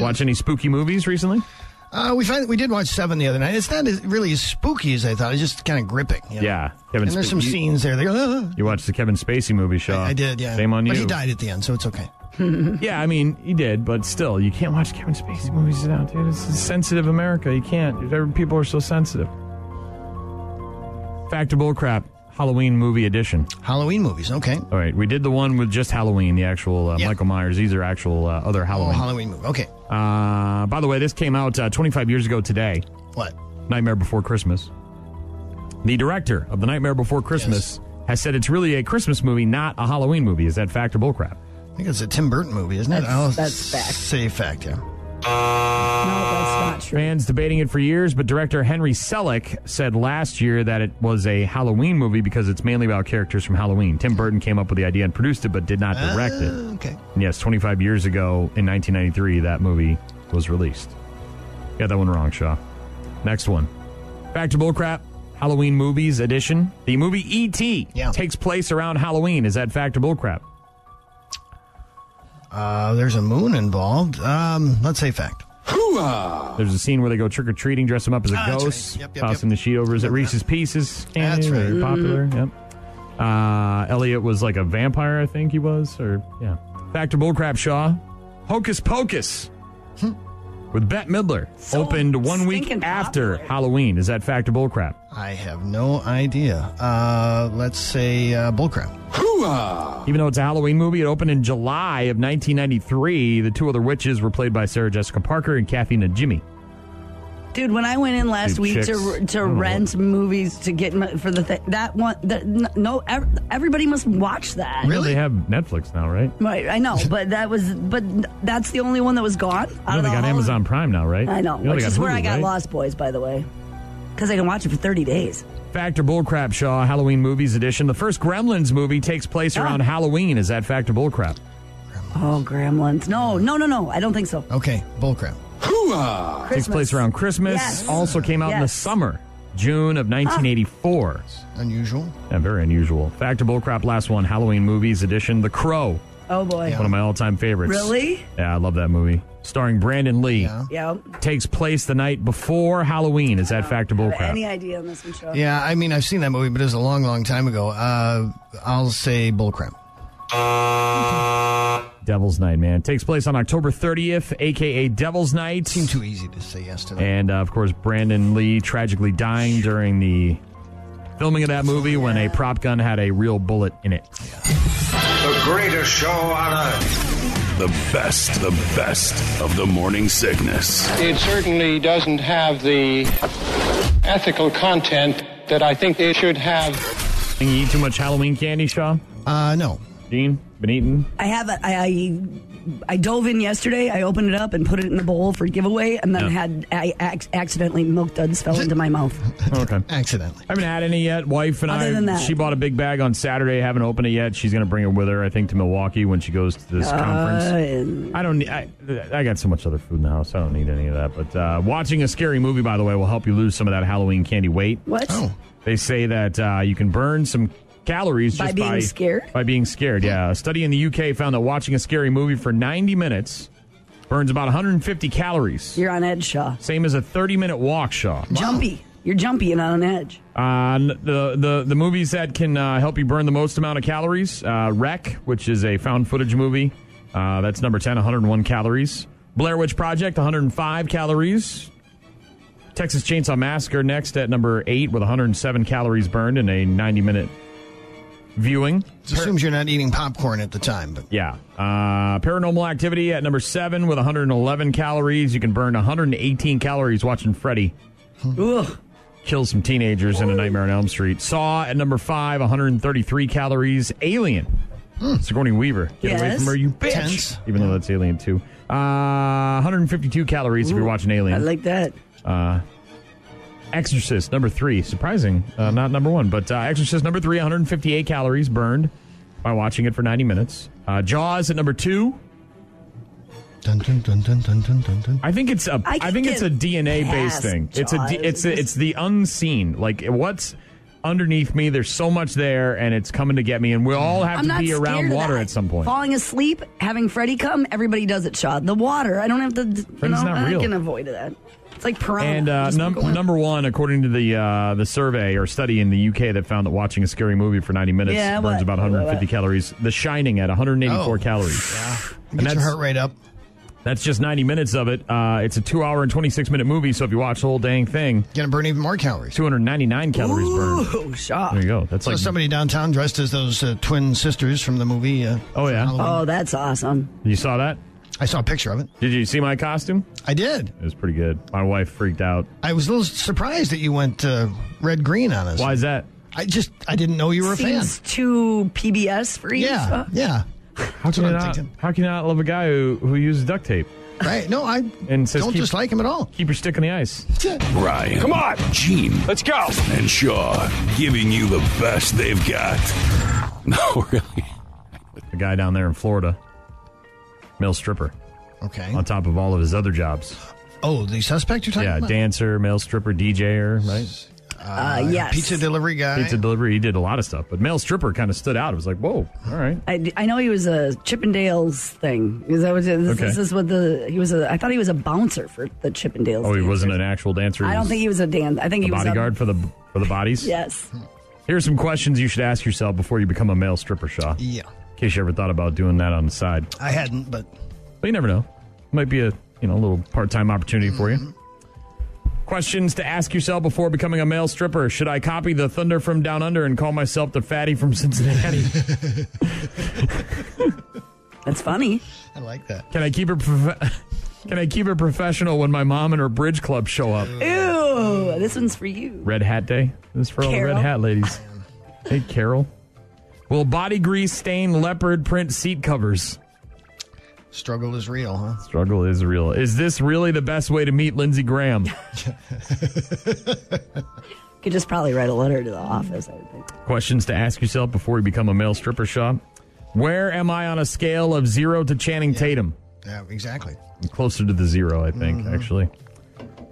Watch any spooky movies recently? Uh, we find we did watch Seven the other night. It's not as, really as spooky as I thought. It's just kind of gripping. you know? Yeah, Kevin. And there's Sp- some you, scenes there. They go, "Ah." You watched the Kevin Spacey movie, Shaw. I, I did. Yeah. Uh, Shame on you. But he died at the end, so it's okay. Yeah, I mean, he did, but still, you can't watch Kevin Spacey movies now, dude. This is sensitive America. You can't. Every- People are so sensitive. Fact or bullcrap? Halloween movie edition. Halloween movies. Okay. Oh, All right, we did the one with just Halloween, the actual uh, Yeah. Michael Myers. These are actual uh, other Oh, Halloween. Halloween movie. Okay. Uh, by the way, this came out uh, 25 years ago today. What? Nightmare Before Christmas. The director of The Nightmare Before Christmas has said it's really a Christmas movie, not a Halloween movie. Is that fact or bullcrap? I think it's a Tim Burton movie, isn't it? That's- I'll that's fact. Say fact. Yeah. No, Ah. that's not true. Fans debating it for years, but director Henry Selick said last year that it was a Halloween movie because it's mainly about characters from Halloween. Tim Burton came up with the idea and produced it, but did not direct Uh, it. okay. And yes, 25 years ago in 1993, that movie was released. Got that one wrong, Shaw. Next one. Back to bullcrap. Halloween movies edition. The movie E.T. Yeah. takes place around Halloween. Is that fact or bullcrap? Uh, there's a moon involved. Um, let's say fact. There's a scene where they go trick or treating, dress them up as a Ah, that's ghost, right. Yep, yep, toss yep. them the sheet over. Is it Reese's Pieces? That's candy? right. Very popular. Yep. Uh, Elliot was like a vampire, I think he was, or yeah. Factor bullcrap, Shaw. Hocus Pocus with Bette Midler So opened one week stinking after popular. Halloween. Is that factor bullcrap? I have no idea. Uh, let's say uh, bullcrap. Even though it's a Halloween movie, it opened in July of 1993. The two other witches were played by Sarah Jessica Parker and Kathy Najimy. Dude, when I went in last Dude, week chicks. to I to don't know rent movies to get my, for the thing, that one, the, n- no, ev- everybody must watch that. Really? They have Netflix now, right? Right, I know, but that was, but that's the only one that was gone. You out know of they the got whole- Amazon Prime now, right? I know, You they which got is where Hulu, I got right? Lost Boys, by the way, because I can watch it for thirty days. Fact or bullcrap, Shaw, Halloween movies edition. The first Gremlins movie takes place around Halloween. Is that fact or bullcrap? Oh, Gremlins! No, no, no, no! I don't think Oh. so. Okay. Bullcrap. Takes place around Christmas. Yes. Also came out in the Yes. summer, June of 1984. Unusual. Yeah, very unusual. Fact or bullcrap, last one, Halloween movies edition. The Crow, Oh boy! one of my all time favorites. Really? Yeah, I love that movie. Starring Brandon Lee. Yeah. Yeah. Takes place the night before Halloween. Is that fact or Any bullcrap? idea on this one, Sean? Yeah, I mean, I've seen that movie, but it was a long, long time ago. Uh, I'll say bullcrap. Devil's Night, man. Takes place on October 30th, aka Devil's Night. Seemed too easy to say yes to that. And uh, of course, Brandon Lee tragically dying during the filming of that movie when a prop gun had a real bullet in it. The greatest show on earth. The best, the best of the morning sickness. It certainly doesn't have the ethical content that I think it should have. Think you eat too much Halloween candy, Shaw? Uh, no. Dean? Been eating? I have a, I, I I dove in yesterday. I opened it up and put it in a bowl for giveaway, and then Yeah. had I ac- accidentally milk duds fell into my mouth. Oh, Okay. Accidentally. I haven't had any yet. Wife and Other I, than that. she bought a big bag on Saturday. Haven't opened it yet. She's going to bring it with her, I think, to Milwaukee when she goes to this conference. And I don't need, I, I got so much other food in the house. I don't need any of that. But uh, watching a scary movie, by the way, will help you lose some of that Halloween candy weight. what? Oh. They say that uh, you can burn some calories By just being by scared? By being scared, yeah. A study in the UK found that watching a scary movie for 90 minutes burns about 150 calories. You're on edge, Shaw. Same as a 30 minute walk, Shaw. Jumpy. You're jumpy and on edge. Uh, n- the, the, the movies that can uh, help you burn the most amount of calories uh, Wreck, which is a found footage movie. Uh, that's number 10, 101 calories. Blair Witch Project, 105 calories. Texas Chainsaw Massacre next at number 8 with 107 calories burned in a 90 minute viewing. It assumes you're not eating popcorn at the time, but Yeah. Uh, paranormal activity at number 7 with 111 calories. You can burn 118 calories watching Freddy Hmm. Ugh. kill some teenagers in A Nightmare on Elm Street. Saw at number five, 133 calories. Alien. Sigourney Weaver. Get away Hmm. Yes. from her, you bitch. Tense. Even though that's Alien 2. Uh, 152 calories if you're watching I Alien. like that. Exorcist, number three. Surprising. Uh, not number one, but uh, Exorcist, number three, 158 calories burned by watching it for 90 minutes. Uh, Jaws at number two. dun, dun, dun, dun, dun, dun, dun, dun. I think it's a. I I can think it's a get DNA based past thing. It's a. d- Jaws. It's a, it's the unseen. Like what's underneath me. There's so much there, and it's coming to get me. And we'll all have I'm to not be scared around of water that. at some point. Falling asleep, having Freddy come, everybody does it, Shaw. The water, I don't have to. You Freddy's know, not I real. can avoid that. It's like piranha. And uh, Just num- go in. number one, according to the uh, the survey or study in the UK that found that watching a scary movie for 90 minutes Yeah, burns what? about 150 What? calories. The Shining at 184 Oh. calories. And Get your that's- heart rate up. That's just 90 minutes of it. Uh, it's a two hour and 26 minute movie, so if you watch the whole dang thing, You're going to burn even more calories. 299 calories burned. Ooh, Shaw. There you go. That's So like somebody downtown dressed as those uh, twin sisters from the movie. Uh, Oh, yeah. Halloween. Oh, that's awesome. you saw that. I saw a picture of it. Did you see my costume? I did. It was pretty good. My wife freaked out. I was a little surprised that you went uh, red green on us. Why is that? I just I didn't know you were a fan. Seems too PBS for you. Yeah, Shaw. yeah. How can, what you I'm not, thinking. how can you not love a guy who, who uses duct tape? Right? No, I And says don't keep- dislike him at all. Keep your stick in the ice. Ryan. Come on. Gene. Let's go. And Shaw giving you the best they've got. No, really. The guy down there in Florida, male stripper, Okay. on top of all of his other jobs. Oh, the suspect you're talking Yeah, about? dancer, male stripper, DJer, right? Uh, yes. Pizza delivery guy. Oh, Pizza delivery. He did a lot of stuff, but male stripper kind of stood out. It was like, whoa, all right. I, I know he was a Chippendales thing. Is that what, this, Okay. this is what the he was? A, I thought he was a bouncer for the Chippendales. Oh, he dancers. wasn't an actual dancer. I don't think he was a dan. I think a he was bodyguard A, for the for the bodies. yes. Here's some questions you should ask yourself before you become a male stripper, Shaw. In Yeah, case you ever thought about doing that on the side, I hadn't, but but you never know. Might be a you know a little part time opportunity for you. Questions to ask yourself before becoming a male stripper: Should I copy the Thunder from Down Under and call myself the Fatty from Cincinnati? That's funny. I like that. Can I keep it? Prof- can I keep it professional when my mom and her bridge club show up? Ew, this one's for you. Red Hat Day. This is for all the Carol. red hat ladies. Hey, Carol. Will body grease stain leopard print seat covers? Struggle is real, huh? Struggle is real. Is this really the best way to meet Lindsey Graham? Could just probably write a letter to the office. I would think. Questions to ask yourself before you become a male stripper shop. Where am I on a scale of zero to Channing Tatum? Yeah, exactly. I'm closer to the zero, I think, Mm-hmm. actually.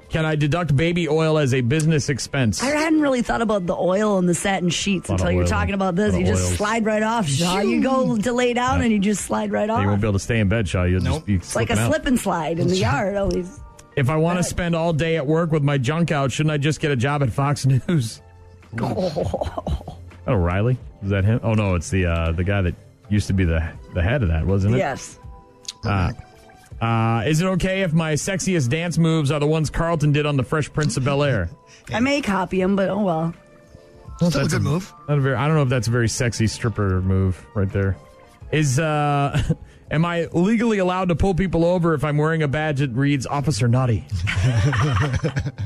Can I deduct baby oil as a business expense? I hadn't really thought about the oil and the satin sheets Lot of until you were oil. talking about this. Lot of You just oils. slide right off, Shaw. You go to lay down and you just slide right You won't off. be able to stay in bed, Shaw. You'll just Nope. be It's like a slipping out. slip and slide in the yard. Always. If I want to Right. spend all day at work with my junk out, shouldn't I just get a job at Fox News? Oh, Riley? Is that him? Oh no, it's the uh, the guy that used to be the the head of that, wasn't it? Yes. Uh, is it okay if my sexiest dance moves are the ones Carlton did on The Fresh Prince of Bel Air? I may copy him, but oh well. Still a good move. Not a very. I don't know if that's a very sexy stripper move right there. Is uh, am I legally allowed to pull people over if I'm wearing a badge that reads Officer Naughty?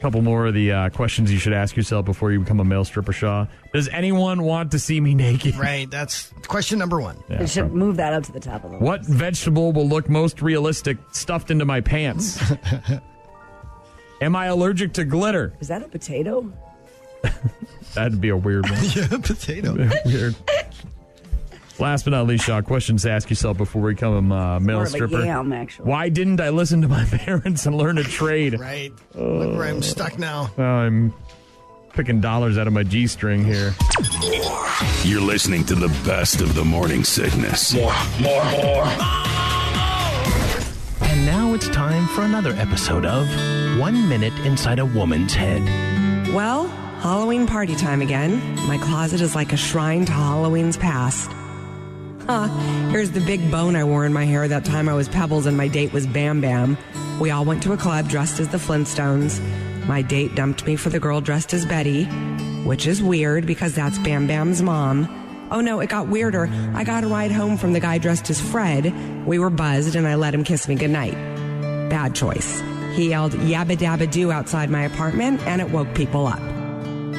Couple more of the uh, questions you should ask yourself before you become a male stripper. Shaw, does anyone want to see me naked? Right. That's question number one. Yeah, I should prob- move that up to the top of the list. What vegetable will look most realistic stuffed into my pants? am I allergic to glitter? Is that a potato? That'd be a weird one. yeah, potato. Weird. Last but not least, Shaw, questions to ask yourself before we become a uh, male More of a stripper. yam, actually. Why didn't I listen to my parents and learn a trade? right. Look where I'm stuck now. I'm picking dollars out of my G string here. You're listening to the best of the morning sickness. And now it's time for another episode of One Minute Inside a Woman's Head. Well, Halloween party time again. My closet is like a shrine to Halloween's past. Huh, here's the big bone I wore in my hair that time I was Pebbles and my date was Bam Bam. We all went to a club dressed as the Flintstones. My date dumped me for the girl dressed as Betty, which is weird because that's Bam Bam's mom. Oh no, it got weirder. I got a ride home from the guy dressed as Fred. We were buzzed and I let him kiss me goodnight. Bad choice. He yelled yabba dabba do outside my apartment and it woke people up.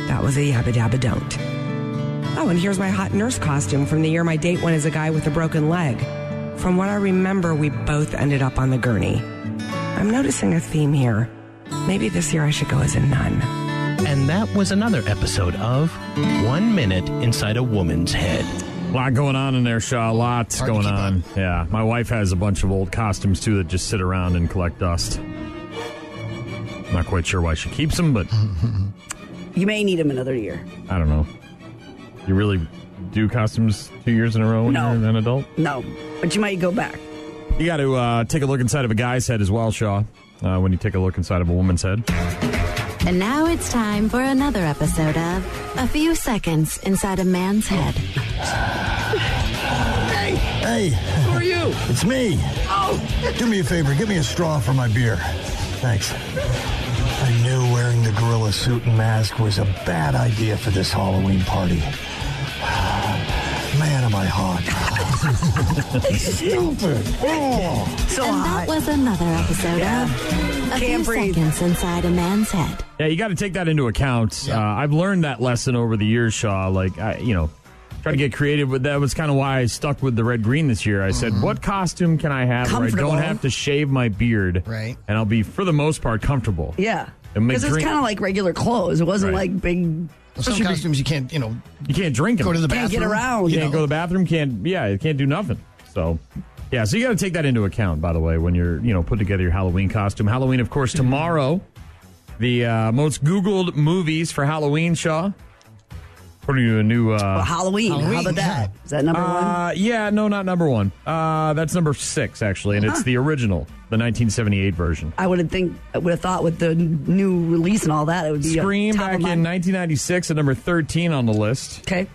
That was a yabba dabba don't. Oh, and here's my hot nurse costume from the year my date went as a guy with a broken leg. From what I remember, we both ended up on the gurney. I'm noticing a theme here. Maybe this year I should go as a nun. And that was another episode of One Minute Inside a Woman's Head. A lot going on in there, Shaw. Lots Hard to going keep on. up. Yeah. My wife has a bunch of old costumes, too, that just sit around and collect dust. Not quite sure why she keeps them, but You may need him another year. I don't know. You really do costumes two years in a row when No. you're an adult? No, but you might go back. You got to uh, take a look inside of a guy's head as well, Shaw, uh, when you take a look inside of a woman's head. And now it's time for another episode of A Few Seconds Inside a Man's Head. Hey. Who are you? It's me. Oh. Do me a favor. Give me a straw for my beer. Thanks. I knew wearing the gorilla suit and mask was a bad idea for this Halloween party. Man, am I hot. Stupid. Oh. So and that hot. was another episode of A Few Can't breathe. Seconds Inside a Man's Head. Yeah, you got to take that into account. Uh, I've learned that lesson over the years, Shaw. Like, I, you know, try to get creative, but that was kind of why I stuck with the red green this year. I said, Mm-hmm. what costume can I have where I Comfortable. don't have to shave my beard? Right. And I'll be, for the most part, comfortable. Yeah. It may Because it's drink- kind of like regular clothes. It wasn't Right. like big. Some costumes you can't, you know, You can't drink 'em. go to the Can't bathroom. get around. You You can't know. go to the bathroom. Can't yeah. You can't do nothing. So yeah. So you got to take that into account. By the way, when you're you know put together your Halloween costume. Halloween, of course, tomorrow. The uh, most Googled movies for Halloween, Shaw. According to a new. But Uh, Halloween. How Halloween, about that? Is that number one? uh, yeah, no, not number one. Uh, that's number six actually, and it's the original, the 1978 version. I would have think I would have thought with the n- new release and all that it would be Scream top back of in mind. 1996 at number 13 on the list. Okay.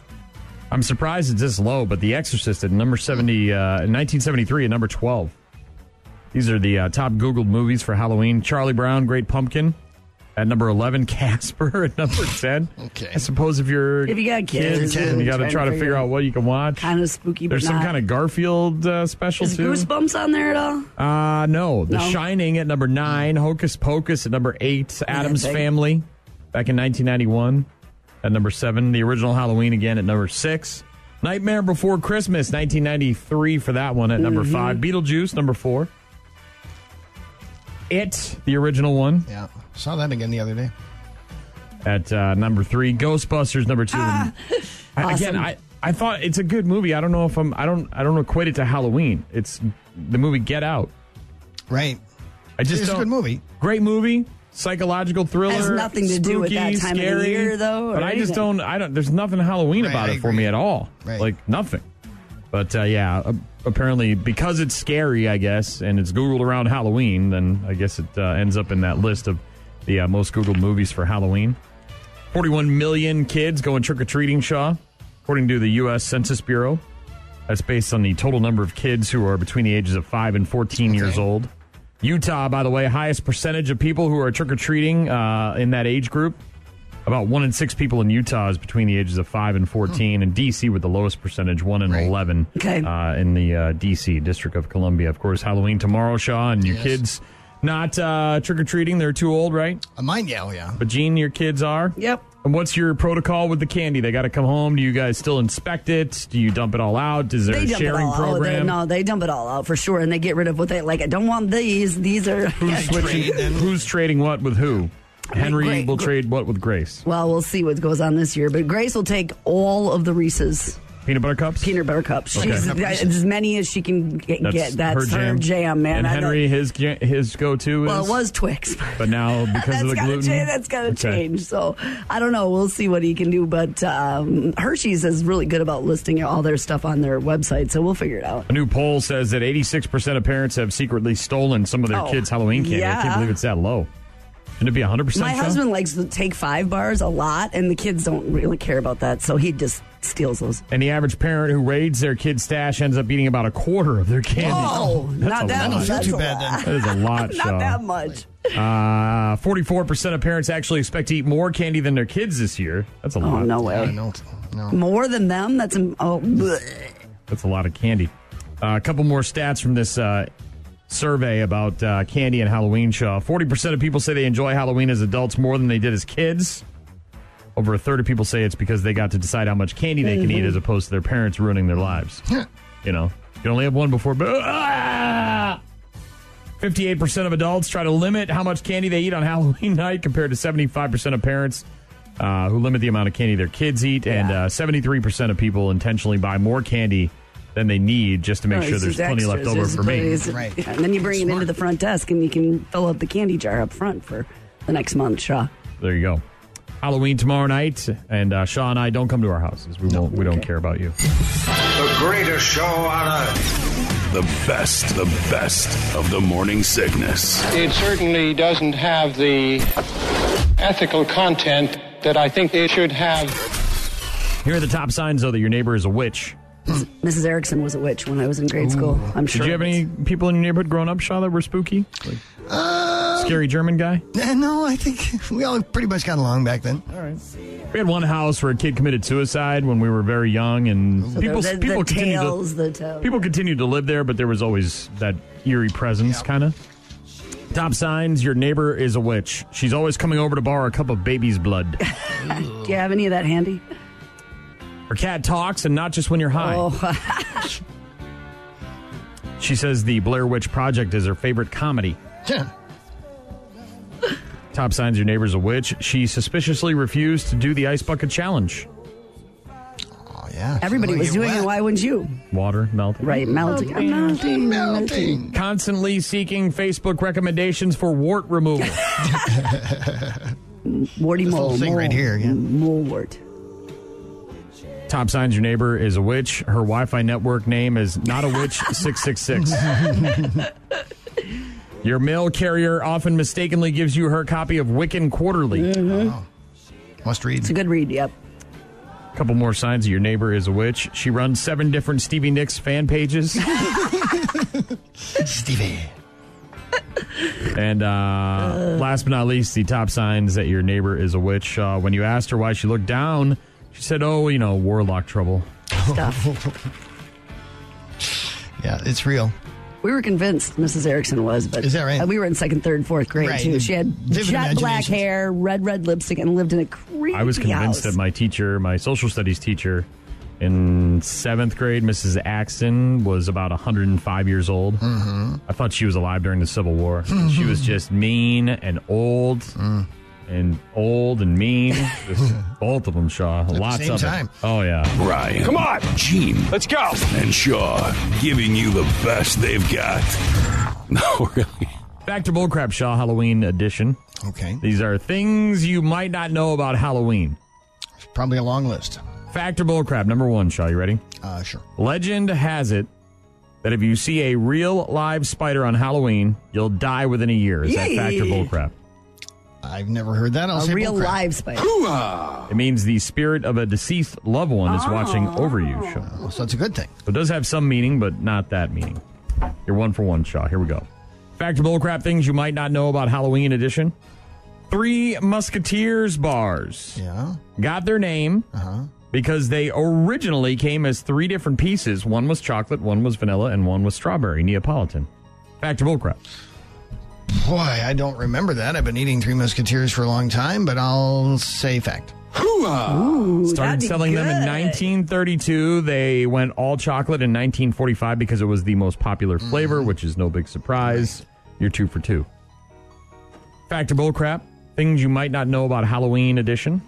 I'm surprised it's this low, but The Exorcist at number 70, uh, in 1973 at number 12. These are the uh, top Googled movies for Halloween. Charlie Brown, Great Pumpkin at number 11. Casper at number 10. Okay. I suppose if you're. If you got kids, and you got to try to figure out what you can watch. Kind of spooky. There's but some not. kind of Garfield uh, special, Is too. Goosebumps on there at all? Uh, no. The No. Shining at number 9. Hocus Pocus at number 8. Adam's big. Family back in 1991 at number 7. The original Halloween again at number 6. Nightmare Before Christmas, 1993 for that one at number Mm-hmm. 5. Beetlejuice, number 4. It, the original one, Yeah. Saw that again the other day. at uh, number 3. Ghostbusters, number 2. And I- Again, Ah. Awesome. I, I thought it's a good movie. I don't know if I'm, I don't, I don't equate it to Halloween. It's the movie Get Out. Right. I just It's a don't- good movie. Great movie, psychological thriller. Has nothing to do with that time of the scary, year, though, or But I just anything. don't. I don't. There's nothing Halloween Right, about I it for agree. me at all. Right. Like nothing. But uh, yeah, a- apparently because it's scary, I guess, and it's googled around Halloween, then I guess it uh, ends up in that list of the uh, most googled movies for Halloween. 41 million kids going trick or treating, Shaw, according to the U.S. Census Bureau. That's based on the total number of kids who are between the ages of 5 and 14 years old. Utah, by the way, highest percentage of people who are trick or treating uh, in that age group. About one in six people in Utah is between the ages of 5 and 14, and D.C. with the lowest percentage, 1 in Right. 11 Okay. uh, in the uh, D.C. District of Columbia. Of course, Halloween tomorrow, Shaw, and your Yes. kids not uh, trick or treating. They're too old, right? Uh, mine, yeah, oh, yeah. But, Gene, your kids are? Yep. And what's your protocol with the candy? They got to come home. Do you guys still inspect it? Do you dump it all out? Is there They a dump sharing it all Oh, out. They, program? no, they dump it all out for sure, and they get rid of what they like. I don't want these. These are. Who's switching? Who's trading what with who? Henry Great. will trade what with Grace? well, we'll see what goes on this year. But Grace will take all of the Reese's Peanut butter cups. peanut butter cups. Okay. She's Peanut butter. as many as she can get. That's, get. That's her jam, man. And I don't- Henry, his ga- his go to is. Well, it was Twix. But now because of the That's gotta gluten, change. That's gotta Okay. change. So I don't know. We'll see what he can do. But um, Hershey's is really good about listing all their stuff on their website. So we'll figure it out. A new poll says that 86% of parents have secretly stolen some of their Oh, kids' Halloween candy. I can't yeah. believe it's that low. Shouldn't it be 100%? My Shaw? husband likes to take five bars a lot, and the kids don't really care about that. So he just steals those. And the average parent who raids their kid's stash ends up eating about a quarter of their candy. Oh, a not that lot. much. Not That's too a bad, lot. That is a lot, Shaw. Not that much. Uh, 44% of parents actually expect to eat more candy than their kids this year. That's a Oh lot. no I way. know. No. More than them. That's um, oh. bleh. That's a lot of candy. Uh, a couple more stats from this uh, survey about uh, candy and Halloween show. 40% of people say they enjoy Halloween as adults more than they did as kids. Over a third of people say it's because they got to decide how much candy they can Mm-hmm. eat as opposed to their parents ruining their lives. you know, you only have one before. Ah! 58% of adults try to limit how much candy they eat on Halloween night compared to 75% of parents uh, who limit the amount of candy their kids eat. And uh, 73% of people intentionally buy more candy than they need just to make Oh, sure it's there's just plenty left extras. over There's for me. please. Right. Yeah, and then you bring it into the front desk, and you can fill up the candy jar up front for the next month. Shaw. There you go. Halloween tomorrow night, and uh, Shaw and I don't come to our houses. We won't. We don't care about you. The greatest show on earth. The best, the best of the morning sickness. It certainly doesn't have the ethical content that I think it should have. Here are the top signs, though, that your neighbor is a witch. Mrs. Erickson was a witch when I was in grade school. I'm sure. Did you have any people in your neighborhood growing up, Shaw, that were spooky? Like scary German guy? Eh, no, I think we all pretty much got along back then. All right. We had one house where a kid committed suicide when we were very young, and The- people the, people the continued tales, to the tales. people continued to live there, but there was always that eerie presence, kind of. Top signs: Your neighbor is a witch. She's always coming over to borrow a cup of baby's blood. Do you have any of that handy? Her cat talks, and not just when you're high. Oh, She says the Blair Witch Project is her favorite comedy. Yeah. Top signs your neighbor's a witch. She suspiciously refused to do the ice bucket challenge. Oh, yeah. everybody Feeling was it doing wet. it. Why wouldn't you? Water melting. Right, melting. I'm melting. Mm. Oh, Melting. Constantly seeking Facebook recommendations for wart removal. Warty This mole. little thing mole, right here, yeah. Mole wart. Top signs your neighbor is a witch. Her Wi Fi network name is Not a Witch 666. Your mail carrier often mistakenly gives you her copy of Wiccan Quarterly. Must read. It's a good read. Yep. couple more signs that your neighbor is a witch. She runs seven different Stevie Nicks fan pages. Stevie. And uh, last but not least, the top signs that your neighbor is a witch. Uh, when you asked her why she looked down, she said, "Oh, you know, warlock trouble." Yeah, it's real. We were convinced Mrs. Erickson was, but Is that right? uh, we were in second, third, fourth grade Right. too. She had Vivid jet black imaginations. hair, red red lipstick, and lived in a creepy I was convinced house. that my teacher, my social studies teacher, in seventh grade, Mrs. Axon, was about 105 years old. Mm-hmm. I thought she was alive during the Civil War. she was just mean and old. Mm. And old and mean, Just both of them, Shaw. Lots same of it. time. Oh yeah. Ryan. Come on. Gene. Let's go. And Shaw giving you the best they've got. No, really. Back to bullcrap, Shaw. Halloween edition. Okay. These are things you might not know about Halloween. Probably a long list. Fact or bullcrap? Number one, Shaw, you ready? Uh, sure. Legend has it that if you see a real live spider on Halloween, you'll die within a year. Is Yay. that fact or bullcrap? I've never heard that. I'll a say real bullcrap. live spider. It means the spirit of a deceased loved one is watching over you, Shaw. Oh, so it's a good thing. So it does have some meaning, but not that meaning. You're one for one, Shaw. Here we go. Fact or bullcrap? Things you might not know about Halloween edition. Three Musketeers bars. Yeah. got their name Uh-huh. because they originally came as three different pieces. One was chocolate, one was vanilla, and one was strawberry Neapolitan. Fact or bullcrap? Boy, I don't remember that. I've been eating Three Musketeers for a long time, but I'll say fact. Started that'd be selling them in good. 1932. They went all chocolate in 1945 because it was the most popular Mm-hmm. flavor, which is no big surprise. You're two for two. Fact or bullcrap? Things you might not know about Halloween edition.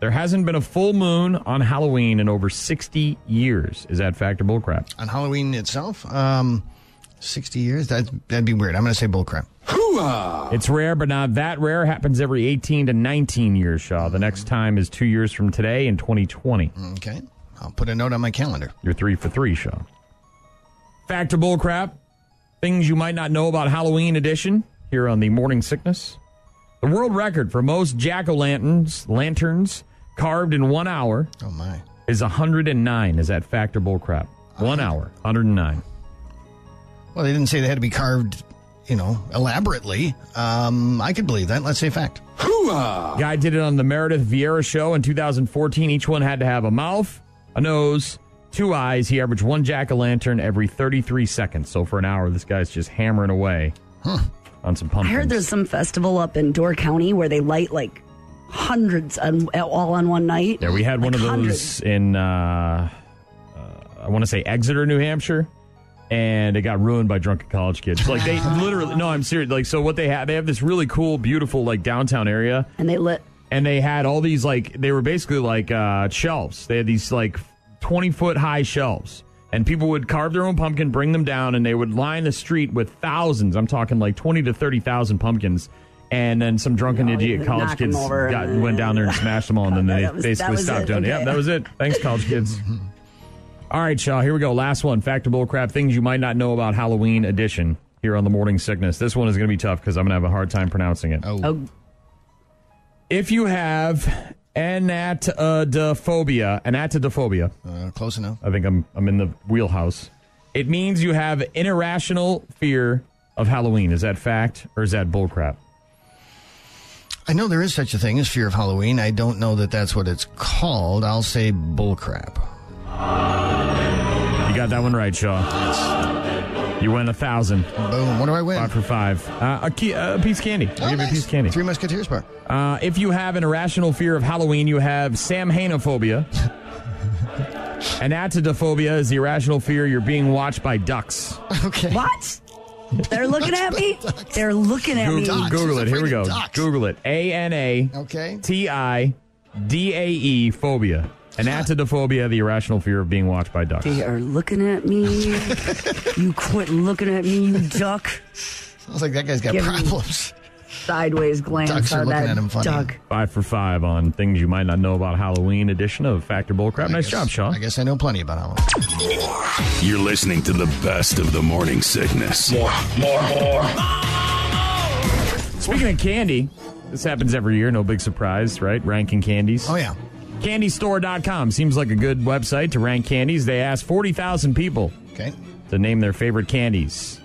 There hasn't been a full moon on Halloween in over 60 years. Is that fact or bullcrap? On Halloween itself, um, 60 years? That, that'd be weird. I'm going to say bullcrap. It's rare, but not that rare. Happens every 18 to 19 years, Shaw. The next time is two years from today in 2020. Okay. I'll put a note on my calendar. You're three for three, Shaw. Fact or bullcrap? Things you might not know about Halloween edition here on the Morning Sickness. The world record for most jack o' lanterns lanterns carved in one hour Oh, my. is 109. Is that fact or bullcrap? One hour, 109. Well, they didn't say they had to be carved, you know, elaborately. Um, I could believe that. Let's say fact. Guy did it on the Meredith Vieira show in 2014. Each one had to have a mouth, a nose, two eyes. He averaged one jack o' lantern every 33 seconds. So for an hour, this guy's just hammering away on some I pumpkins. heard there's some festival up in Door County where they light like hundreds on, all on one night. yeah, we had one of Like those hundreds. in, uh, uh, I want to say Exeter, New Hampshire. And it got ruined by drunken college kids. Like they literally, no, I'm serious. Like so, what they have, they have this really cool, beautiful, like downtown area, and they lit. and they had all these like they were basically like uh, shelves. They had these like twenty foot high shelves, and people would carve their own pumpkin, bring them down, and they would line the street with thousands. I'm talking like twenty to thirty thousand pumpkins, And then some drunken No, you idiot would college knock 'em kids over got, and- went down there and smashed them all, and then they Oh, No, that was- that basically was it. stopped doing it. Yeah, Okay. that was it. Thanks, college kids. All right, Shaw, here we go. Last one. Fact or bull crap. Things you might not know about Halloween edition here on the Morning Sickness. This one is going to be tough because I'm going to have a hard time pronouncing it. Oh, If you have anatodophobia, anatodophobia, Uh, close enough. I think I'm I'm in the wheelhouse. It means you have an irrational fear of Halloween. Is that fact or is that bullcrap? I know there is such a thing as fear of Halloween. I don't know that that's what it's called. I'll say bullcrap. You got that one right, Shaw. You win a thousand. Boom. What do I win? Five for five. Uh, a, key, a piece of candy. I'll give Oh, you a nice. piece of candy. Three Musketeers bar. Uh, if you have an irrational fear of Halloween, you have Samhainophobia. Anatidophobia is the irrational fear you're being watched by ducks. Okay. what? They're looking at me. They're looking at me. Google, Ducks. Google She's it. Here we afraid go. of ducks. Google it. A N A Okay. T I D A E phobia. Anatidophobia, the irrational fear of being watched by ducks. They are looking at me. you quit looking at me, you duck. Sounds like that guy's got Give me- problems. Sideways glance Ducks are on looking that at him funny. duck. Five for five on things you might not know about Halloween edition of Factor Bullcrap. Nice I guess- job, Sean. I guess I know plenty about Halloween. You're listening to the best of the morning sickness. More, more, more. Speaking of candy, this happens every year. No big surprise, right? Ranking candies. Oh, yeah. Candystore.com seems like a good website to rank candies. They asked 40,000 people Okay. to name their favorite candies.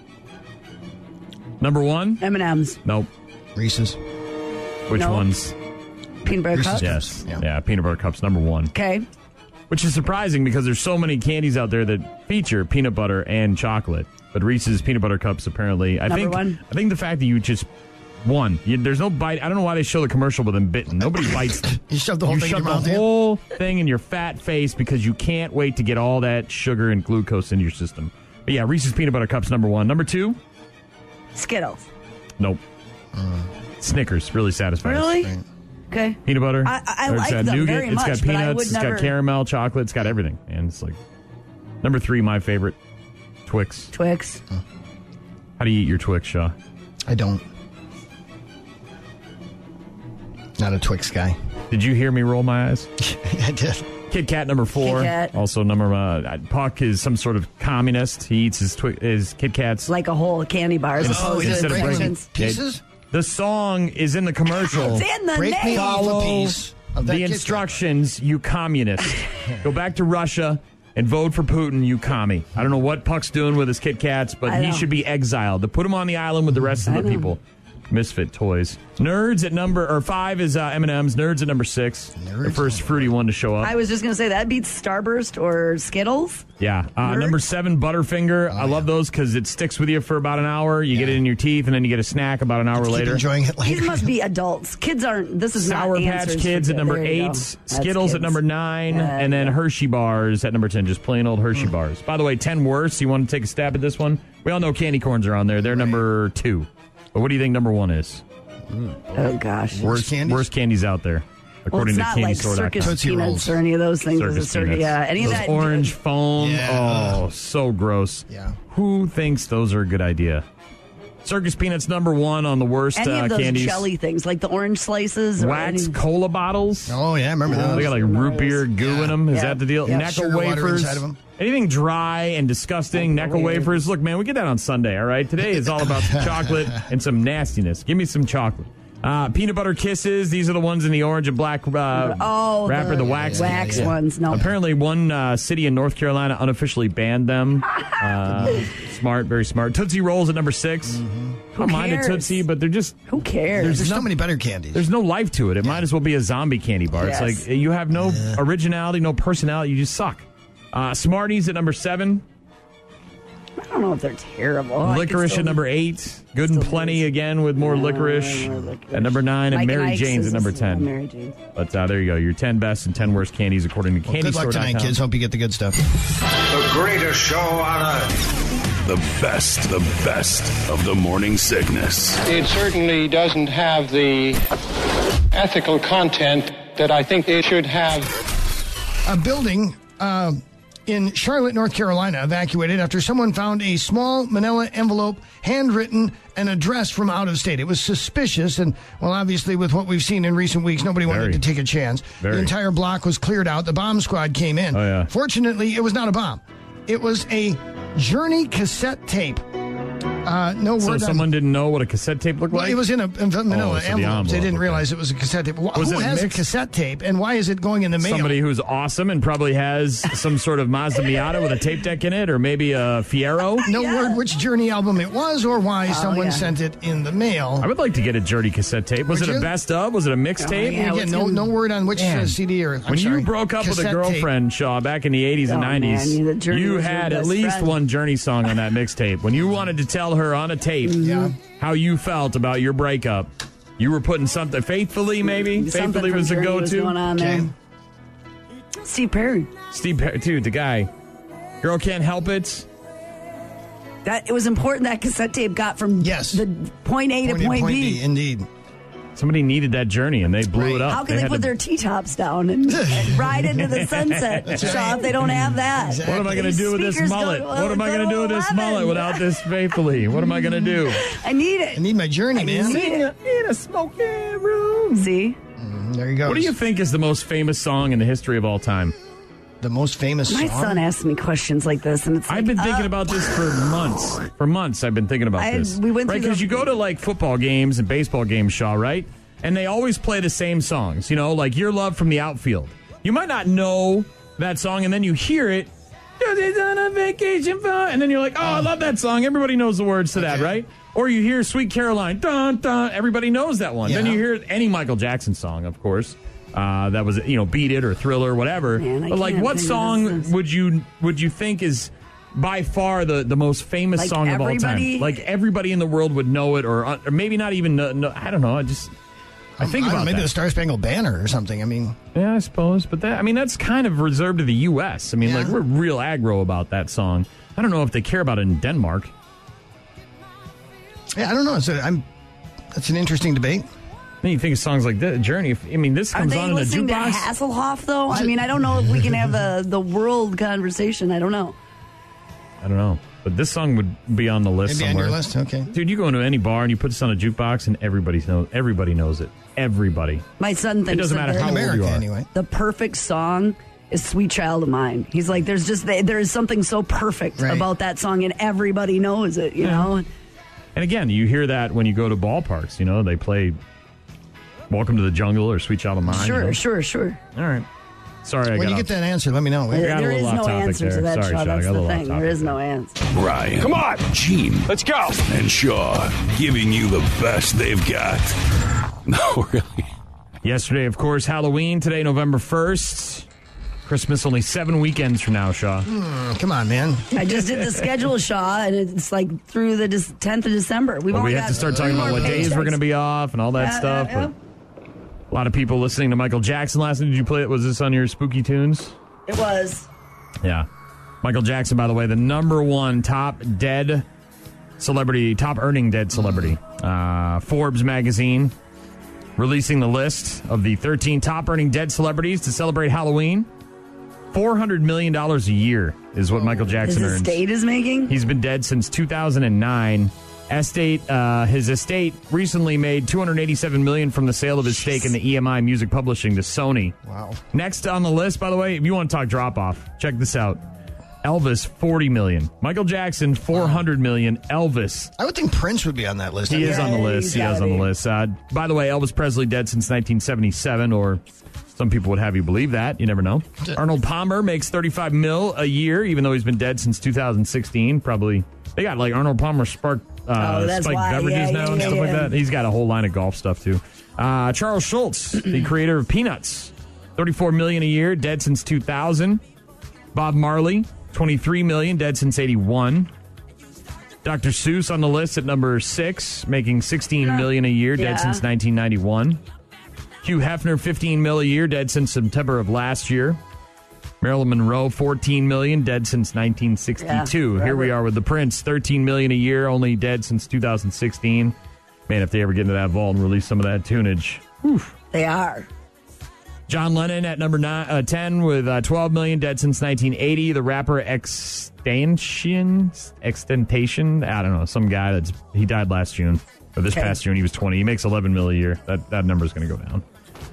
Number one? M and M's, Nope. Reese's. Which No. ones? peanut butter Reese's cups. Yes. Yeah. Yeah. peanut butter cups, number one. Okay, Which is surprising because there's so many candies out there that feature peanut butter and chocolate. But Reese's peanut butter cups apparently. I Number think one. I think the fact that you just one, you, there's no bite. I don't know why they show the commercial with them bitten. Nobody bites. them. You shoved the whole you thing in shove your the mouth. yeah? whole thing in your fat face because you can't wait to get all that sugar and glucose into your system. But yeah, Reese's peanut butter cups number one. Number two, Skittles. nope. Snickers really satisfying. Really? Okay. Peanut butter. I- I- I Or it's like got them nougat, very much, It's got but I peanuts. would It's never- got caramel, chocolate. It's got everything, and it's like number three, my favorite, Twix. Twix. Mm. How do you eat your Twix, Shaw? I don't. Not a Twix guy. Did you hear me roll my eyes? I did. Kit Kat number four. Kit Kat. Also number uh, Puck is some sort of communist. He eats his Twi- his Kit Kats. Like a whole candy bar as opposed Oh, instead to of breaking- fractions. Pieces? The song is in the commercial. It's in the Break me name. off a piece of that the Kit Kat. instructions, you communist. Go back to Russia and vote for Putin, you commie. I don't know what Puck's doing with his Kit Kats, but I he know. should be exiled. To put him on the island with the rest of the people. Misfit toys. Nerds at number or five is uh, M&M's. Nerds at number six. the Nerds. first fruity one to show up. I was just gonna say that beats Starburst or Skittles. Yeah. Uh, Nerds? number seven, Oh, Butterfinger. I love those because it sticks with you for about an hour. You get it in your teeth, and then you get a snack about an hour Keep later. enjoying it later. These must be adults. Kids aren't. This is Sour not Patch answers for Kids at kids. number There you go. eight, That's Skittles at kids. number nine, Yeah, Mm. and then Hershey bars at number ten. Just plain old Hershey bars. By the way, ten worse. You want to take a stab at this one? We all know candy corns are on there. They're number two. But what do you think number one is? Oh gosh. Worst candies? Worst candies out there, Well, according it's to not like CandyStore.com. circus Tootsie peanuts rolls. or any of those things. It's a Circus circus- peanuts. yeah, any those of that orange foam. Yeah. Oh, so gross. Yeah. Who thinks those are a good idea? Circus peanuts number one on the worst Any uh, of those candies. jelly things, like the orange slices. Or Wax any- cola bottles. Oh, yeah, I remember They those. got like root beer goo in them. Is Yeah. that the deal? Yeah. Necco Sugar water wafers. inside of 'em. Anything dry and disgusting. Necco wafers. Look, man, we get that on Sunday. All right, today is all about some chocolate and some nastiness. Give me some chocolate. Uh, peanut butter kisses. These are the ones in the orange and black uh, Oh, wrapper. The, wax. wax Yeah. ones. No, Apparently, one uh, city in North Carolina unofficially banned them. Uh, smart, very smart. Tootsie Rolls at number 6 I don't mind a Mm-hmm. cares? Tootsie, but they're just who cares? There's so not- many better candies. there's no life to it. It might as well be a zombie candy bar. It's Yes. like you have no originality, no personality. You just suck. Uh, Smarties at number seven, I don't know if they're terrible. Oh, I could licorice still- at number eight, good and still plenty use- again with more No, licorice more licorice. at number nine, and Mike Mary Ike's Jane's is- at number ten. Mary Jane's. But uh, there you go, your ten best and ten worst candies according to Well, Candy good luck tonight, kids. Hope you get the good stuff. The greatest show on earth. The best, the best of the morning sickness. It certainly doesn't have the ethical content that I think it should have. A building uh, in Charlotte, North Carolina, evacuated after someone found a small manila envelope handwritten and addressed from out of state. It was suspicious, and well, obviously, with what we've seen in recent weeks, nobody wanted Very. to take a chance. Very. The entire block was cleared out. The bomb squad came in. Oh, yeah. Fortunately, it was not a bomb. It was a Journey cassette tape. Uh, no So word on someone didn't know what a cassette tape looked well, like. it was in a in a manila Oh, so the envelope. They envelope, didn't okay. realize it was a cassette tape. Wh- Was Who it has mixed? a cassette tape, and why is it going in the mail? Somebody who's awesome and probably has some sort of Mazda Miata with a tape deck in it, or maybe a Fiero. no word which Journey album it was or why Oh, someone yeah. sent it in the mail. I would like to get a Journey cassette tape. Was Would it you? a best of? Was it a mixtape? Again, no, no word on which uh, Man. CD or I'm when sorry, you broke up with a cassette tape. girlfriend, Shaw, back in the 80s and Oh, man, 90s, the Journey you was your had at best least friend. one Journey song on that mixtape. When you wanted to tell her on a tape Mm-hmm. how you felt about your breakup, you were putting something, faithfully maybe? Mm, Something faithfully from was the Journey go was going to. on there. Steve Perry. Steve, Perry- dude, the guy. Girl can't help it. That it was important that cassette tape got from yes. the point A to point B. Indeed. Somebody needed that journey and they blew it up. How can they, had put to- their t tops down and, and ride into the sunset, That's Shaw? right. If they don't have that, What am I going to do with this Speakers go mullet? to- what am I go going to do with this 11? mullet without this faithfully? What am I going to do? I need it. I need my journey, man. in a smoky room. See, there you go. What do you think is the most famous song in the history of all time? The most famous my song? son asks me questions like this, and it's I've been thinking about this for months. For months, I've been thinking about I- this. we went right through because the- you go to like football games and baseball games, Shaw, right? And they always play the same songs. You know, like "Your Love" from the outfield. You might not know that song, and then you hear it. "Jose's on a vacation for-" and then you're like, "Oh, I love that song." Everybody knows the words to that, right? Or you hear "Sweet Caroline," dun dun. Everybody knows that one. Then Yeah. you hear any Michael Jackson song, of course. Uh, that was you know, "Beat It" or "Thriller," whatever. Man, I but like, can't what think of song this- would you would you think is by far the, the most famous Like song of all everybody- time? Like everybody in the world would know it, or uh, or maybe not even. Know, know- I don't know. I just I think Um, I don't know, about maybe that. the Star Spangled Banner or something. I mean, yeah, I suppose, but that I mean that's kind of reserved to the U.S. I mean, like we're real aggro about that song. I don't know if they care about it in Denmark. yeah, I don't know. It's a, I'm. That's an interesting debate. Then you think of songs like that, Journey. If, I mean, this Are comes they on in a listening to jukebox. Hasselhoff though? I mean, I don't know if we can have a the world conversation. I don't know. I don't know, but this song would be on the list Maybe on somewhere. your list. Okay. Dude, you go into any bar and you put this on a jukebox, and everybody knows. Everybody knows it. Everybody. My son thinks doesn't that matter the- how old America, you are. anyway. The perfect song is "Sweet Child of Mine." He's like, "There's just there is something so perfect Right. about that song, and everybody knows it." You Yeah. know, And again, you hear that when you go to ballparks. You know, they play "Welcome to the Jungle" or "Sweet Child of Mine." sure, you know? sure, sure. All right. Sorry, I got when you off- get that answer, let me know. I got a there little is off no topic answer there. to that, Sorry, Shaw. Shaw, I That's got a the little off thing. topic There is no answer. Ryan. Come on. Gene. Let's go. And Shaw giving you the best they've got. No, really. Yesterday, of course, Halloween. Today, November first. Christmas only seven weekends from now, Shaw. Mm, Hmm, come on, man. I just did the schedule, Shaw, and it's like through the des- 10th of December. We've Well, only we got have to start three talking about more what days we're paychecks. going to be off and all that Yeah, stuff. yeah, but a lot of people listening to Michael Jackson last night. Did you play it? Was this on your spooky tunes? It was. Yeah. Michael Jackson, by the way, the number one top dead celebrity, top earning dead celebrity. Uh, Forbes magazine releasing the list of the 13 top earning dead celebrities to celebrate Halloween. $400 million a year is what Michael Is Jackson the earns. state is making? He's been dead since 2009. Estate, uh, his estate recently made 287 million from the sale of his stake in the EMI Music Publishing to Sony. Wow. Next on the list, by the way, if you want to talk drop off, check this out. Elvis 40 million, Michael Jackson 400 million, Elvis. I would think Prince would be on that list. He I is mean, on the list. He is on the list. Uh, by the way, Elvis Presley dead since 1977, or some people would have you believe that. You never know. Arnold Palmer makes 35 mil a year, even though he's been dead since 2016. Probably they got like Arnold Palmer spark uh, Oh, that's spiked why. beverages Yeah, now yeah, and stuff yeah, like yeah. that. He's got a whole line of golf stuff too. Uh, Charles Schultz, the creator of Peanuts, 34 million a year, dead since 2000. Bob Marley, 23 million, dead since 81. Dr. Seuss on the list at number six, making 16 million a year, Yeah. dead since 1991. Hugh Hefner, 15 mil a year, dead since September of last year. Marilyn Monroe, 14 million, dead since 1962. Yeah, Here we forever. are with the Prince, 13 million a year, only dead since 2016. Man, if they ever get into that vault and release some of that tunage, They are. John Lennon at number nine, uh, 10 with uh, 12 million dead since 1980. The rapper Extension, Extentation, I don't know, some guy that's, he died last June, or this Okay. past June, he was 20. He makes 11 mil a year. That, that number's going to go down.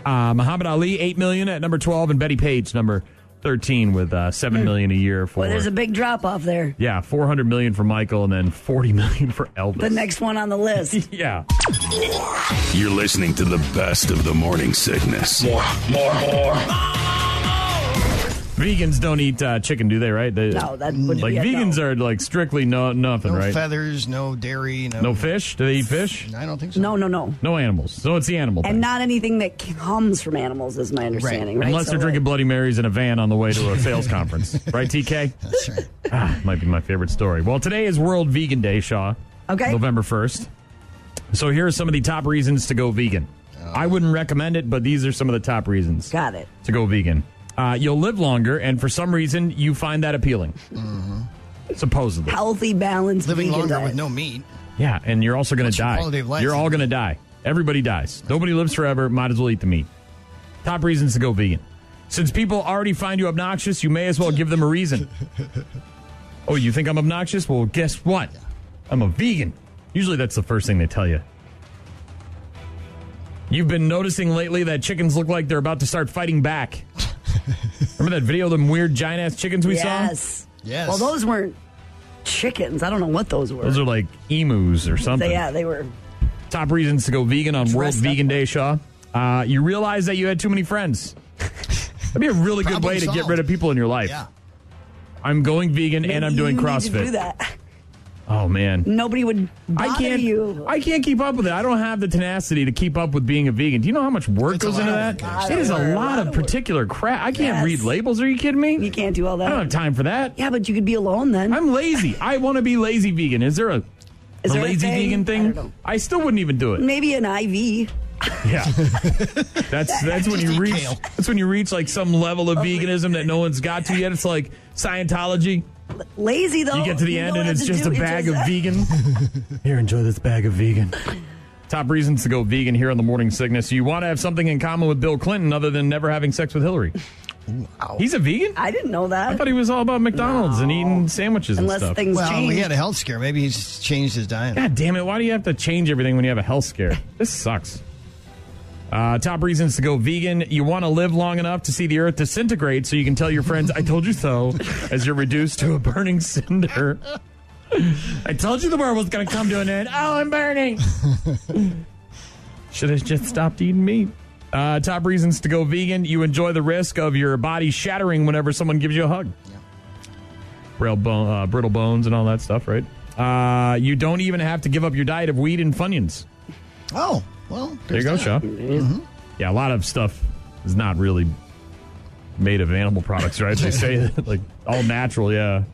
Uh, Muhammad Ali, 8 million at number 12, and Betty Page, number 13 with uh, 7 million a year for. Well, there's a big drop off there. yeah, 400 million for Michael and then 40 million for Elvis. The next one on the list. yeah. You're listening to the best of the morning sickness. More, more, more. Vegans don't eat uh, chicken, do they? Right? They, No, that wouldn't like be a vegans are like strictly no nothing, No right? feathers, no dairy, no. No fish? Do they eat fish? I don't think so. No, no, no. No animals. So it's the animal. And thing. not anything that comes from animals is my understanding, right? Unless So, they're drinking Bloody Marys in a van on the way to a sales conference, right? TK. That's right. Ah, might be my favorite story. Well, today is World Vegan Day, Shaw. Okay. November first. So here are some of the top reasons to go vegan. I wouldn't recommend it, but these are some of the top reasons. Oh. Got it. To go vegan, uh, you'll live longer, and for some reason, you find that appealing. Mm-hmm. Supposedly. Healthy, balanced, Living vegan longer diet. with no meat. Yeah, and you're also going to What's your die. quality of life? You're all going to die. Everybody dies. Nobody lives forever. Might as well eat the meat. Top reasons to go vegan. Since people already find you obnoxious, you may as well give them a reason. oh, you think I'm obnoxious? Well, guess what? I'm a vegan. Usually that's the first thing they tell you. You've been noticing lately that chickens look like they're about to start fighting back. Remember that video of them weird giant ass chickens we saw? yes. Yes. Well, those weren't chickens. I don't know what those were. Those are like emus or something. They- yeah, they were. Top reasons to go vegan on World Vegan Day, Shaw. Uh, you realize that you had too many friends. That'd be a really good Problem way to get solved. rid of people in your life. Yeah. I'm going vegan and I'm doing You need to CrossFit. do that. Oh man. Nobody would bother I can't. you. I can't keep up with it. I don't have the tenacity to keep up with being a vegan. Do you know how much work goes into that? It is a lot, of particular crap. I can't Yes. read labels. Are you kidding me? You can't do all that. I don't have time for that. Yeah, but you could be alone then. I'm lazy. I want to be lazy vegan. Is there a, Is a there a lazy thing? vegan thing? I don't know. I still wouldn't even do it. Maybe an IV. Yeah, that's that's when you reach that's when you reach like some level of veganism that no one's got to yet. It's like Scientology. Lazy though. You get to the Oh, You end know and what it's to just do. a It's bag of just- vegan. Here, enjoy this bag of vegan. Top reasons to go vegan here on the morning sickness. You want to have something in common with Bill Clinton other than never having sex with Hillary. He's a vegan. I didn't know that. I thought he was all about McDonald's and eating sandwiches Unless and stuff. things Well, change. he had a health scare. Maybe he's changed his diet. God damn it! Why do you have to change everything when you have a health scare? This sucks. Uh, top reasons to go vegan: you want to live long enough to see the Earth disintegrate, so you can tell your friends "I told you so" as you're reduced to a burning cinder. I told you the world was going to come to an end. Oh, I'm burning. Should have just stopped eating meat. Uh, top reasons to go vegan: you enjoy the risk of your body shattering whenever someone gives you a hug. Braille bone, uh, brittle bones and all that stuff, right? Uh, you don't even have to give up your diet of wheat and Funyuns. Oh, well. There you go, there's Shaw. that. Mm-hmm. Yeah, a lot of stuff is not really made of animal products, right? They say that, like all natural, yeah.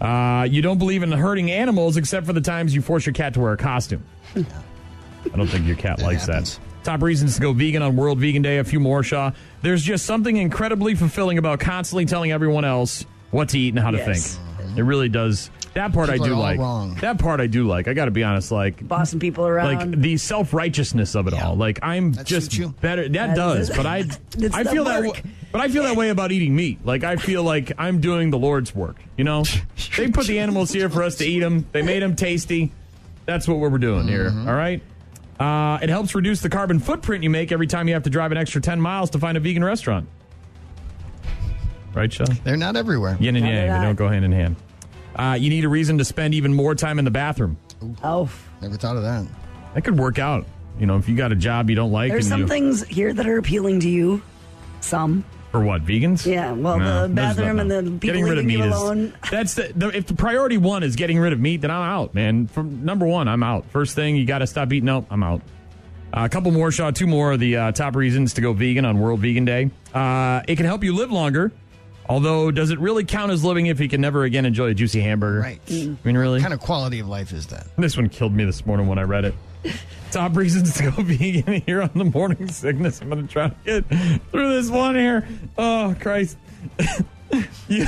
Uh, you don't believe in hurting animals except for the times you force your cat to wear a costume. I don't think your cat likes that. Top reasons to go vegan on World Vegan Day. A few more, Shaw. There's just something incredibly fulfilling about constantly telling everyone else what to eat and how to Yes. think. It really does. That part People I do are all like. wrong. That part I do like. I got to be honest. Like bossing people around. like the self righteousness of it all. Like I'm just better. That, That does, is- but I It's I the feel that. work. w- But I feel that way about eating meat. Like I feel like I'm doing the Lord's work. You know, they put the animals here for us to eat them. They made them tasty. That's what we're doing here. All right. Uh, it helps reduce the carbon footprint you make every time you have to drive an extra ten miles to find a vegan restaurant. Right, Sean? They're not everywhere. Yin and Not yang. that. They don't go hand in hand. Uh, you need a reason to spend even more time in the bathroom. Oh, never thought of that. That could work out. You know, if you got a job you don't like, There's and some you, things here that are appealing to you. Some. For what? Vegans? Yeah, well, the there's bathroom nothing. and the people getting rid of meat leaving you is- alone. that's the, the if the priority one is getting rid of meat, then I'm out, man. From number one, I'm out. First thing, you got to stop eating. No, I'm out. Uh, a couple more, Shaw. Two more of the uh, top reasons to go vegan on World Vegan Day. Uh, it can help you live longer. Although, does it really count as living if you can never again enjoy a juicy hamburger? Right. I mean, really? What kind of quality of life is that? This one killed me this morning when I read it. Top reasons to go vegan here on the morning sickness. I'm going to try to get through this one here. Oh, Christ. you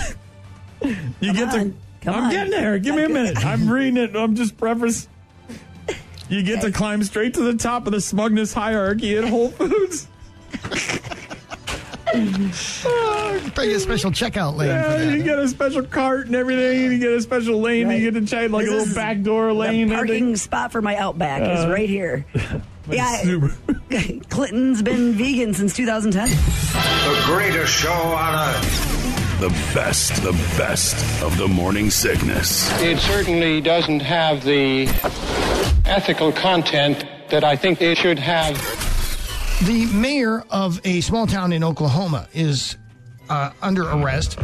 you get to. I'm on. getting there. Give me a minute. I'm reading it. I'm just preface. You get to climb straight to the top of the smugness hierarchy at Whole Foods. Bring a special checkout lane. for Yeah, that. you get a special cart and everything. and You get a special lane. and You get to change like This a is little back door lane. The and parking everything. spot for my Outback Uh, is right here. yeah, Super. Clinton's been vegan since 2010. The greatest show on earth. The best, the best of the morning sickness. It certainly doesn't have the ethical content that I think it should have. The mayor of a small town in Oklahoma is uh, under arrest.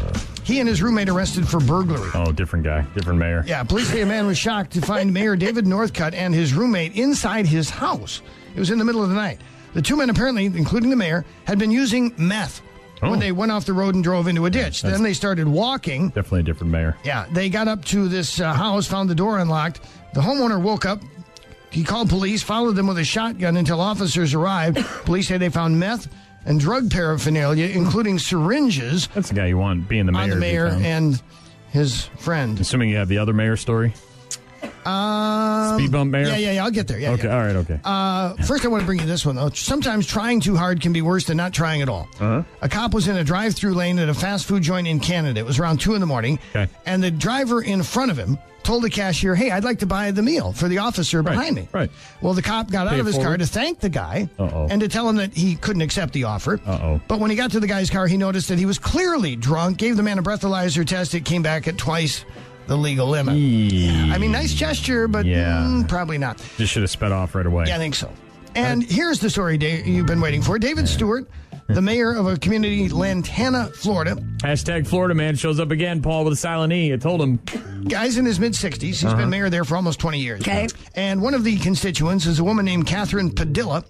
He and his roommate arrested for burglary. Oh, different guy, different mayor. Yeah, police say a man was shocked to find Mayor David Northcutt and his roommate inside his house. It was in the middle of the night. The two men, apparently, including the mayor, had been using meth Oh. when they went off the road and drove into a ditch. then they started walking. Definitely a different mayor. Yeah, they got up to this uh, house, found the door unlocked. The homeowner woke up. He called police, followed them with a shotgun until officers arrived. police say they found meth and drug paraphernalia, including syringes That's the guy you want being the mayor. on if the you mayor found him. and his friend. Assuming you have the other mayor story. Um, Speed bump mayor? Yeah, yeah, yeah. I'll get there. Yeah, okay, yeah. all right, okay. Uh, first, I want to bring you this one, though. Sometimes trying too hard can be worse than not trying at all. Uh-huh. A cop was in a drive through lane at a fast food joint in Canada. It was around 2 in the morning. Okay. And the driver in front of him told the cashier, Hey, I'd like to buy the meal for the officer behind me. right. Well, the cop got Pay out of it his car forward. to thank the guy Uh-oh. and to tell him that he couldn't accept the offer. Uh-oh. But when he got to the guy's car, he noticed that he was clearly drunk, gave the man a breathalyzer test. It came back at twice the legal limit. I mean, nice gesture, but Yeah. mm, probably not. Just should have sped off right away. Yeah, I think so. And here's the story da- you've been waiting for. David Stewart, the mayor of a community, Lantana, Florida, Hashtag Florida man shows up again, Paul with a silent E. I told him. guy's in his mid 60s. He's Uh-huh. been mayor there for almost 20 years. Okay. And one of the constituents is a woman named Catherine Padilla.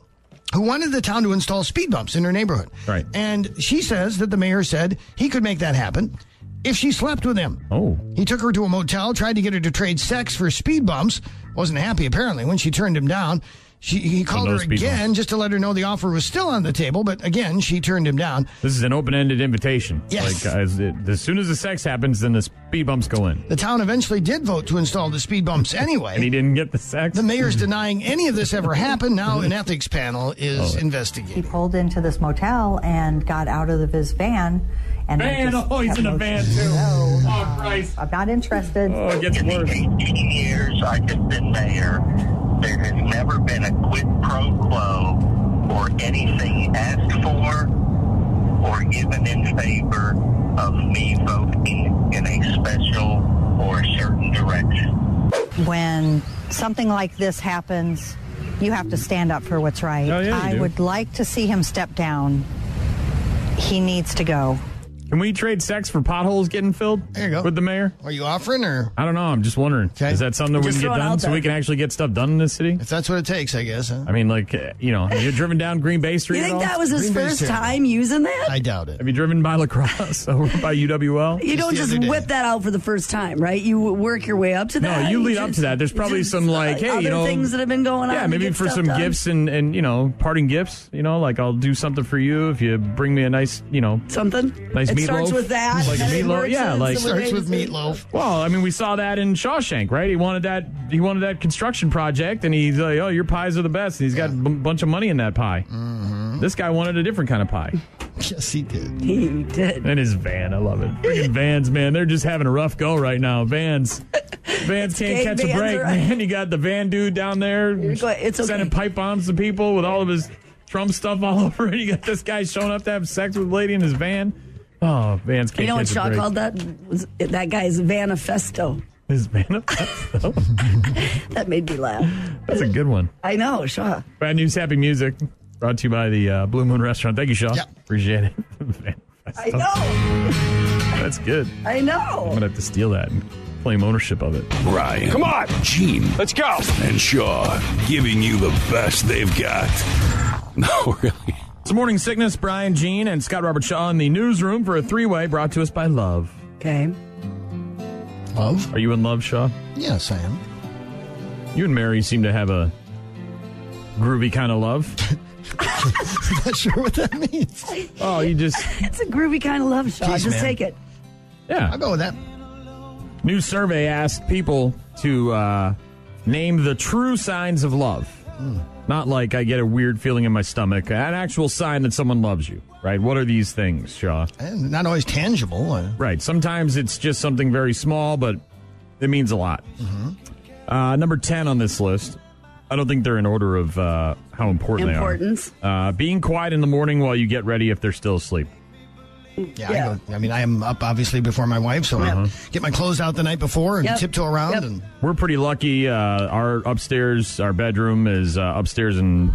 Who wanted the town to install speed bumps in her neighborhood? Right. And she says that the mayor said he could make that happen if she slept with him. Oh. He took her to a motel, tried to get her to trade sex for speed bumps. Wasn't happy apparently when she turned him down. She, he called no her speed again just to let her know the offer was still on the table, but again she turned him down. This is an open ended invitation. Yes. Like, uh, as, it, as soon as the sex happens, then the speed bumps go in. The town eventually did vote to install the speed bumps And he anyway. didn't get the sex. The mayor's denying any of this ever happened. Now an ethics panel is He investigating. pulled into this motel and got out of his van. And then Van, just oh, he's kept in a motioning. van too. No, Oh, Christ. I'm not interested. Oh, it gets worse. 18 years I've just been mayor. There has never been a quid pro quo or anything asked for or given in favor of me voting in a special or a certain direction. When something like this happens, you have to stand up for what's right. Oh, yeah, you I do. would like to see him step down. He needs to go. Can we trade sex for potholes getting filled? There you go. With the mayor? Are you offering, or I don't know. I'm just wondering. Is that something that Just we can throw get it done out so we there. can actually get stuff done in this city? if that's what it takes, I guess. Huh? I mean, like, uh, you know, have you driven down Green Bay Street? You at all? think that was his Green Bay's first terrible. time using that? I doubt it. Have you driven by lacrosse over by UWL? you don't the just other day. whip that out for the first time, right? You work your way up to No, that. you lead up just- to that. There's probably just, uh, some like, hey, other you know, things that have been going on. Yeah, to maybe get for stuff some done. gifts and and you know parting gifts. You know, like I'll do something for you if you bring me a nice you know. something. Nice it meatloaf. starts with that. Like a and it meatloaf, works yeah, in like- some Starts ways. with meatloaf. Well, I mean, we saw that in Shawshank, right? He wanted that he wanted that construction project, and he's like, oh, your pies are the best, and he's got a b- bunch of money in that pie. This guy wanted a different kind of pie. Yes, he did. He did. And his van, I love it. Freaking vans, man. They're just having a rough go right now. Vans. Vans can't okay, catch a vans break, are- man. You got the van dude down there go- it's okay. sending pipe bombs to people with all of his Trump stuff all over it. You got this guy showing up to have sex with a lady in his van. Oh, vans can't You know what catch a Shaw break. called that? Was that guy's Vanifesto. His manifesto. That made me laugh. That's a good one. I know, Shaw. Bad news, happy music. Brought to you by the uh, Blue Moon Restaurant. Thank you, Shaw. Yeah. Appreciate it. I know. That's good. I'm I know. gonna have to steal that and claim ownership of it. Ryan. Come on. Gene. Let's go. And Shaw giving you the best they've got. No, really. It's morning sickness. Brian Jean and Scott Robert Shaw in the newsroom for a three-way brought to us by Love. Okay. Love? Are you in love, Shaw? Yes, I am. You and Mary seem to have a groovy kind of love. Not sure what that means. Oh, you just It's a groovy kind of love, Shaw. Jeez, Just man. take it. I'll yeah. go with that. New survey asked people to uh, name the true signs of love. Not like I get a weird feeling in my stomach, an actual sign that someone loves you, right? What are these things, Shaw? Not always tangible. Uh, Right. Sometimes it's just something very small, but it means a lot. Mm-hmm. Uh, number 10 on this list. I don't think they're in order of uh, how important Importance. they are. Uh, being quiet in the morning while you get ready if they're still asleep. Yeah, I, go, I mean, I am up obviously before my wife, so I get my clothes out the night before and tiptoe around. And We're pretty lucky. Uh, our upstairs, our bedroom is uh, upstairs, and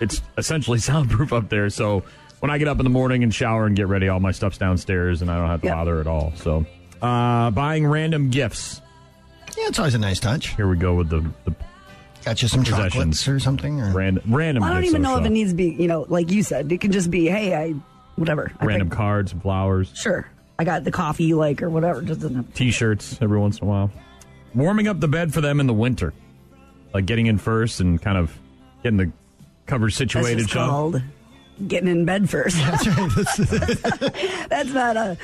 it's essentially soundproof up there. So when I get up in the morning and shower and get ready, all my stuff's downstairs, and I don't have to bother at all. So uh, buying random gifts. Yeah, it's always a nice touch. Here we go with the. the Got you some chocolates or something? Or? Random, random I don't gifts, even though, know if Shaw. it needs to be, you know, like you said, it can just be, hey, I, whatever. I Random cards and flowers. Sure. I got the coffee you like or whatever. Just doesn't have T-shirts every once in a while. Warming up the bed for them in the winter, like getting in first and kind of getting the covers situated. just Sean. called getting in bed first. That's right. That's, not a.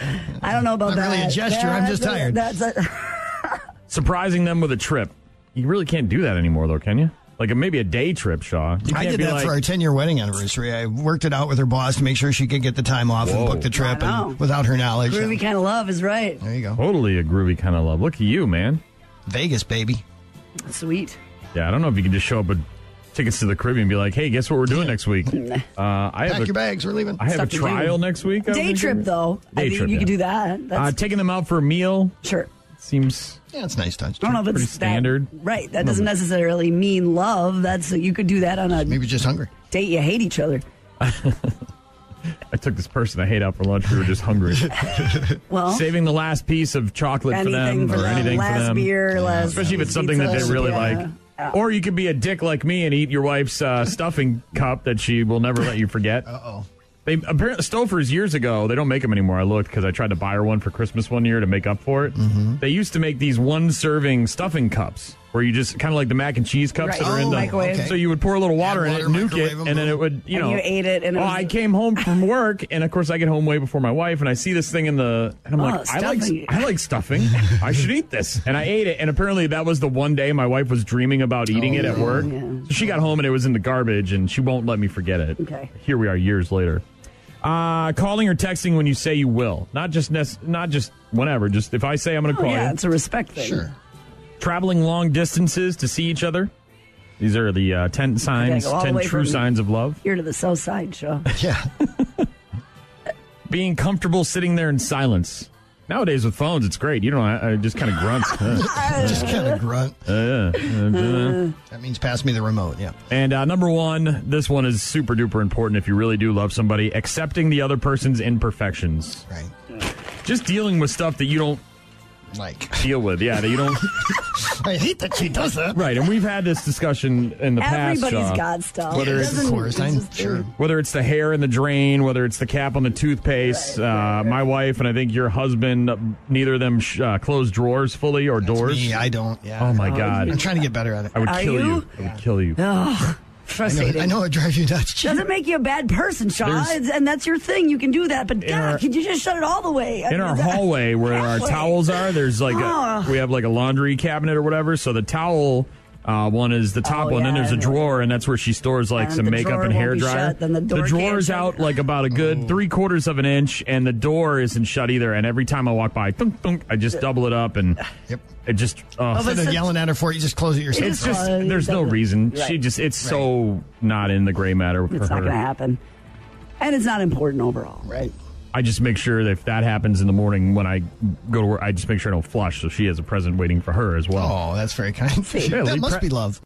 I don't know about Not that. really a gesture, I'm just That's a- tired. That's a, surprising them with a trip. You really can't do that anymore, though, can you? Like a, maybe a day trip, Shaw. You I can't did be that like, for our 10 year wedding anniversary. I worked it out with her boss to make sure she could get the time off Whoa. and book the trip I know. and without her knowledge. groovy kind of love is right. There you go. Totally a groovy kind of love. Look at you, man. Vegas, baby. Sweet. Yeah, I don't know if you can just show up with tickets to the Caribbean and be like, hey, guess what we're doing next week? Uh, I have Pack a, your bags. We're leaving. I have a trial next week. I don't Day think trip though. I Day think trip, You could yeah. do that. That's, Uh, taking them out for a meal. Sure. Seems. Yeah, it's nice touch. I don't know if it's pretty that- standard. right. That doesn't necessarily mean love. That's you could do that on a maybe just hungry date. You hate each other. I took this person I hate out for lunch. We were just hungry. Well, Saving the last piece of chocolate for anything them for or them. anything Last for them. beer, last- Especially if it's something that they pizza. really Yeah. like. Or you could be a dick like me and eat your wife's uh, stuffing cup that she will never let you forget. Uh oh. They apparently Stouffer's years ago. They don't make them anymore. I looked because I tried to buy her one for Christmas one year to make up for it. Mm-hmm. They used to make these one serving stuffing cups where you just kind of like the mac and cheese cups Right. that are Oh, in the microwave. okay. So you would pour a little water in Add it, water, nuke it, microwave 'em, and then it would you And know you ate it, and it oh, was- I came home from work, and of course I get home way before my wife, and I see this thing in the and I'm Oh, like I like stuffing. I like stuffing. I should eat this. And I ate it. And apparently, that was the one day my wife was dreaming about eating it Oh, at work. So she got home and it was in the garbage, and she won't let me forget it. Okay. Here we are years later. Uh, calling or texting when you say you will. Not just nes- not just whenever. Just if I say I'm going to Oh, call yeah, you. it's a respect thing. Sure. Traveling long distances to see each other. These are the uh, 10 signs, go all the 10 way true from- signs of love. Here to the south side, Shaw. Being comfortable sitting there in silence. Nowadays with phones, it's great. You don't. I, I just kind of grunts. just kind of grunt. Uh, uh, uh. That means pass me the remote. Yeah. And uh, number one, this one is super duper important if you really do love somebody, accepting the other person's imperfections. Right. Just dealing with stuff that you don't Like, deal with. Yeah, that you don't. I hate that she does that. right. And we've had this discussion in the past. Everybody's Shaw. got stuff. Whether It it's, Of doesn't- course, it's I'm just- sure. whether it's the hair in the drain, whether it's the cap on the toothpaste, uh, my wife and I think your husband, neither of them sh- uh, close drawers fully or doors. Me, I don't. Yeah. Oh my I'm god, trying to get better at it. I would Are kill you. you? I would kill you. Ugh, I know, frustrating. I know it drives you nuts. Doesn't make you a bad person, Shaw, There's- It's- and that's your thing. You can do that, but In God, our- could you just shut it all the way? in our hallway where our Halfway. towels are there's like a, Oh. we have like a laundry cabinet or whatever so the towel uh, one is the top Oh, one. then yeah, there's a and- drawer and that's where she stores like And some the makeup drawer and won't hair be dryer shut, then the door drawer's can't shut. out like about a good three quarters of an inch and the door isn't shut either and every time i walk by thunk, thunk, i just double it up and Yep. it just Oh, uh, Instead of yelling at her for it, you just close it yourself. it's just Uh, there's no double- reason Right. she just it's so not in the gray matter for It's not her going to happen, and it's not important overall, right? I just make sure that if that happens in the morning when I go to work, I just make sure I don't flush, so she has a present waiting for her as well. Oh, that's very kind. Yeah, that we must pra- be love.